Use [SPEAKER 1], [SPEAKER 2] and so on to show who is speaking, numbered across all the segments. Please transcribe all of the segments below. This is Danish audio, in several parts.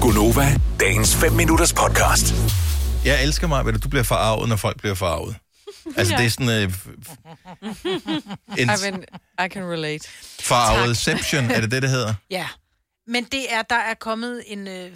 [SPEAKER 1] Gunova, dagens 5 minutters podcast.
[SPEAKER 2] Jeg elsker mig, at du bliver forarvet, når folk bliver forarvet. Altså, det er sådan øh, en
[SPEAKER 3] I, mean, I can relate.
[SPEAKER 2] farvetception, er det det, det hedder?
[SPEAKER 4] Ja, men det er, der er kommet en... Øh,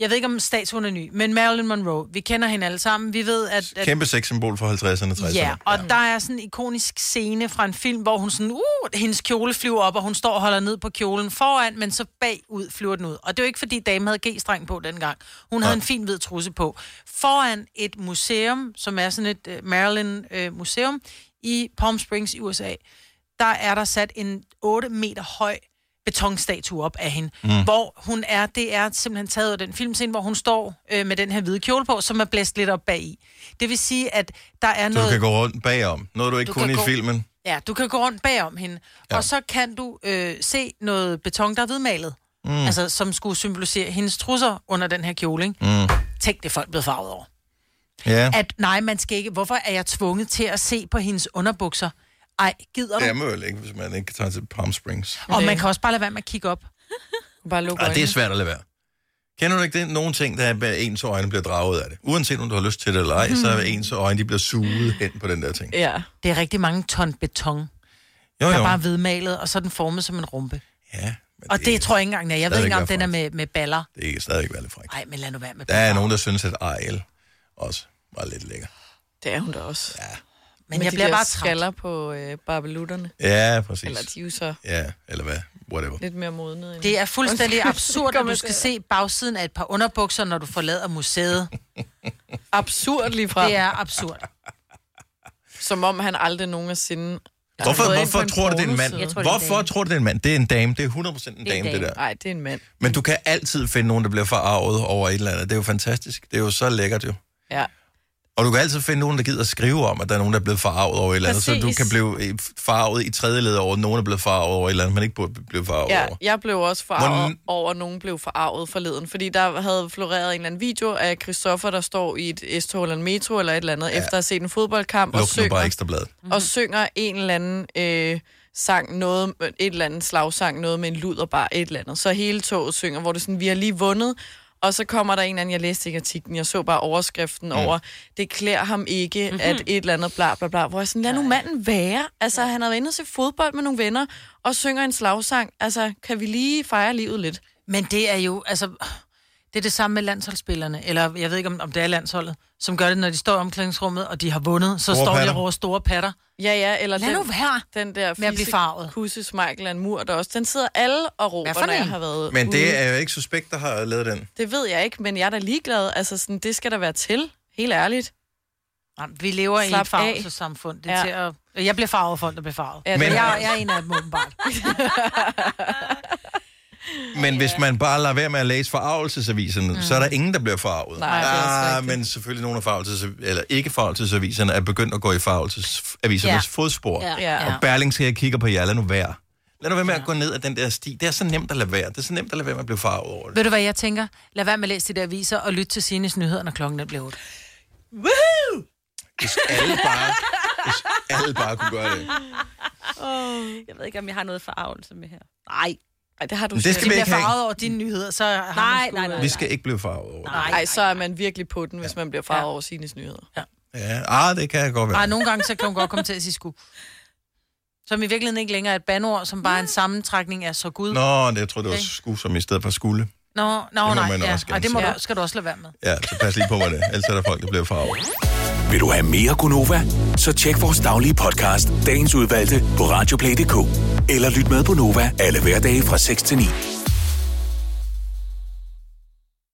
[SPEAKER 4] jeg ved ikke, om statuen er ny, men Marilyn Monroe. Vi kender hende alle sammen. Vi ved, at... at
[SPEAKER 2] Kæmpe sexsymbol for 50'erne og 60'erne.
[SPEAKER 4] ja, og der er sådan en ikonisk scene fra en film, hvor hun sådan... Uh, hendes kjole flyver op, og hun står og holder ned på kjolen foran, men så bagud flyver den ud. Og det er jo ikke, fordi damen havde G-streng på dengang. Hun havde en fin hvid trusse på. Foran et museum, som er sådan et øh, Marilyn-museum, i Palm Springs i USA, der er der sat en 8 meter høj betonstatue op af hende, mm. hvor hun er, det er simpelthen taget ud af den filmscene, hvor hun står øh, med den her hvide kjole på, som er blæst lidt op bag i. Det vil sige, at der
[SPEAKER 2] Så
[SPEAKER 4] er
[SPEAKER 2] du
[SPEAKER 4] noget...
[SPEAKER 2] kan gå rundt bagom. Noget, du ikke
[SPEAKER 4] Du
[SPEAKER 2] kunne
[SPEAKER 4] kan
[SPEAKER 2] i
[SPEAKER 4] gå-
[SPEAKER 2] filmen.
[SPEAKER 4] Ja, du kan gå rundt bagom hende, ja. og så kan du øh, se noget beton, der er hvidmalet. Mm. Altså, som skulle symbolisere hendes trusser under den her kjole, ikke? Mm. Tænk, det er folk blevet farvet over.
[SPEAKER 2] Ja.
[SPEAKER 4] At nej, man skal ikke... Hvorfor er jeg tvunget til at se på hendes underbukser? Ej, gider du?
[SPEAKER 2] Det er man vel ikke, hvis man ikke kan tage til Palm Springs.
[SPEAKER 4] Og man kan også bare lade være med at kigge op.
[SPEAKER 3] Bare luk
[SPEAKER 2] Og det er
[SPEAKER 3] øjnene.
[SPEAKER 2] svært at lade være. Kender du ikke det? Nogle ting, der er bare ens øjne bliver draget af det. Uanset om du har lyst til det eller ej, så er
[SPEAKER 4] Mhm.
[SPEAKER 2] ens øjne, de bliver suget hen på den der ting.
[SPEAKER 3] Ja.
[SPEAKER 4] Det er rigtig mange ton beton.
[SPEAKER 2] Jo,
[SPEAKER 4] der
[SPEAKER 2] jo.
[SPEAKER 4] er bare hvidmalet, og så er den formet som en rumpe.
[SPEAKER 2] Ja, men
[SPEAKER 4] Og det, det tror jeg ikke engang, den er. Jeg ved
[SPEAKER 2] stadigvæk
[SPEAKER 4] ikke engang, om
[SPEAKER 2] være
[SPEAKER 4] den er med, med baller.
[SPEAKER 2] det kan stadigvæk være lidt frækt.
[SPEAKER 4] Nej, men lad nu være med
[SPEAKER 2] Der er
[SPEAKER 4] baller.
[SPEAKER 2] nogen, der synes, at Ariel også var lidt lækker.
[SPEAKER 3] Det er hun da også. Ja.
[SPEAKER 4] Men, jeg bliver bare træt.
[SPEAKER 3] skaller på øh, barbelutterne.
[SPEAKER 2] Ja, præcis.
[SPEAKER 3] Eller de er jo så
[SPEAKER 2] Ja, eller hvad? Whatever.
[SPEAKER 3] lidt mere modne. End...
[SPEAKER 4] Det er fuldstændig absurd, at
[SPEAKER 3] Kommer
[SPEAKER 4] du skal se bagsiden af et par underbukser, når du forlader museet.
[SPEAKER 3] absurd lige fra.
[SPEAKER 4] Det er absurd.
[SPEAKER 3] Som om han aldrig nogensinde... har
[SPEAKER 2] Hvorfor,
[SPEAKER 3] gået ind på
[SPEAKER 2] hvorfor
[SPEAKER 3] en
[SPEAKER 2] tror du, det er en mand?
[SPEAKER 3] pornoside.
[SPEAKER 2] tror, hvorfor tror du, det er en mand? Det er en dame. Det er 100% en dame, det der.
[SPEAKER 3] Nej, det er en mand.
[SPEAKER 2] Men du kan altid finde nogen, der bliver forarvet over et eller andet. Det er jo fantastisk. Det er jo så lækkert jo.
[SPEAKER 3] Ja.
[SPEAKER 2] Og du kan altid finde nogen, der gider at skrive om, at der er nogen, der er blevet farvet over et eller andet. Så du
[SPEAKER 3] Præcis.
[SPEAKER 2] kan blive øh, farvet i tredje led over, at nogen er blevet farvet over et eller andet, man ikke burde blive farvet
[SPEAKER 3] Ja,
[SPEAKER 2] over.
[SPEAKER 3] jeg blev også forarvet
[SPEAKER 2] Hvordan-
[SPEAKER 3] Hvordan... over, at nogen blev forarvet forleden, fordi der havde floreret en eller anden video af Christoffer, der står i et S-tog eller en metro eller et eller andet, ja. efter at have set en fodboldkamp
[SPEAKER 2] Luk
[SPEAKER 3] og
[SPEAKER 2] nu bare
[SPEAKER 3] synger,
[SPEAKER 2] ekstra bladet.
[SPEAKER 4] Mhm.
[SPEAKER 3] og synger en eller anden øh, sang, noget, et eller andet slagsang, noget med en luderbar, et eller andet. Så hele toget synger, hvor det er sådan, vi har lige vundet, og så kommer der en eller anden, jeg læste ikke artiklen, jeg så bare overskriften mm. over, det klæder ham ikke, mm-hmm.
[SPEAKER 4] Mhm.
[SPEAKER 3] at et eller andet bla bla bla, hvor jeg sådan, lad nu manden være. Altså, ja. han havde været inde og se fodbold med nogle venner, og synger en slagsang. Altså, kan vi lige fejre livet lidt?
[SPEAKER 4] Men det er jo, altså, det er det samme med landsholdsspillerne, eller jeg ved ikke, om, om det er landsholdet, som gør det, når de står i omklædningsrummet, og de har vundet, så
[SPEAKER 2] Store
[SPEAKER 4] står de
[SPEAKER 2] patter.
[SPEAKER 4] og råber store patter.
[SPEAKER 3] Ja, ja, eller
[SPEAKER 4] Lad
[SPEAKER 3] den,
[SPEAKER 4] nu være
[SPEAKER 3] den der
[SPEAKER 4] med at blive farvet.
[SPEAKER 3] kusse smeichel er en mur, der også, den sidder alle og
[SPEAKER 4] Hvad
[SPEAKER 3] råber,
[SPEAKER 4] for
[SPEAKER 3] når jeg
[SPEAKER 4] en?
[SPEAKER 3] har været
[SPEAKER 2] Men
[SPEAKER 3] ude.
[SPEAKER 2] det er jo ikke suspekt, der har lavet den.
[SPEAKER 3] Det ved jeg ikke, men jeg er da ligeglad. Altså, sådan, det skal der være til. Helt ærligt.
[SPEAKER 4] Jamen, Vi lever i
[SPEAKER 3] Slap
[SPEAKER 4] et farvelsesamfund. Det er
[SPEAKER 3] Ja.
[SPEAKER 4] ja. til at... Jeg bliver farvet af folk, der bliver farvet.
[SPEAKER 3] Ja,
[SPEAKER 4] Ja,
[SPEAKER 3] det
[SPEAKER 4] men...
[SPEAKER 2] er-
[SPEAKER 4] jeg, jeg er en af dem åbenbart.
[SPEAKER 2] Men hvis man bare lader være med at læse forargelsesaviserne, mm. så er der ingen, der bliver forarvet.
[SPEAKER 3] Nej, det er også
[SPEAKER 2] ah,
[SPEAKER 3] rigtigt.
[SPEAKER 2] men selvfølgelig nogle af forargelses, eller ikke forargelsesaviserne er begyndt at gå i forargelsesavisernes
[SPEAKER 4] Ja.
[SPEAKER 2] ja. fodspor. Ja.
[SPEAKER 3] Ja.
[SPEAKER 2] Og Berlingske, jeg kigger på jer, lad nu være. Lad nu være med at gå ned ad den der sti. Det er så nemt at lade være. Det er så nemt at lade være med at blive farvet over det.
[SPEAKER 4] Ved du, hvad jeg tænker? Lad være med at læse de der aviser og lytte til Sines nyheder, når klokken den bliver 8.
[SPEAKER 2] Hvis alle bare, hvis alle bare kunne gøre det.
[SPEAKER 5] Jeg ved ikke, om jeg har noget forarvelse med her.
[SPEAKER 3] Nej. Ej, det har du
[SPEAKER 2] Men det
[SPEAKER 3] slet
[SPEAKER 2] skal
[SPEAKER 4] De
[SPEAKER 2] vi
[SPEAKER 3] ikke.
[SPEAKER 4] bliver
[SPEAKER 2] ikke have.
[SPEAKER 4] farvet over dine nyheder, så har
[SPEAKER 5] Nej,
[SPEAKER 4] man sgu-
[SPEAKER 5] nej, nej.
[SPEAKER 2] Vi skal ikke blive farvet over det.
[SPEAKER 4] nej.
[SPEAKER 3] Ej, så er man virkelig på den, hvis man bliver farvet over sine nyheder.
[SPEAKER 2] Ja, ah, det kan jeg godt
[SPEAKER 4] Ej,
[SPEAKER 2] være.
[SPEAKER 4] nogle gange så kan hun godt komme til at sige sku. Som i virkeligheden ikke længere er et bandord, som bare er en sammentrækning af så Gud. Nå,
[SPEAKER 2] Nå, det, jeg tror, det var sku som i stedet for skulle.
[SPEAKER 4] nå,
[SPEAKER 2] må
[SPEAKER 4] nå nej,
[SPEAKER 2] man
[SPEAKER 4] ja.
[SPEAKER 2] også gerne
[SPEAKER 4] Og det må
[SPEAKER 3] sige.
[SPEAKER 4] du, skal du også lade være med.
[SPEAKER 2] Ja, så pas lige på med det. Ellers er der folk, der bliver farvet.
[SPEAKER 1] Vil du have mere Gunova? Så tjek vores daglige podcast, dagens udvalgte, på radioplay.dk. Eller lyt med på Nova alle hverdage fra 6 til 9.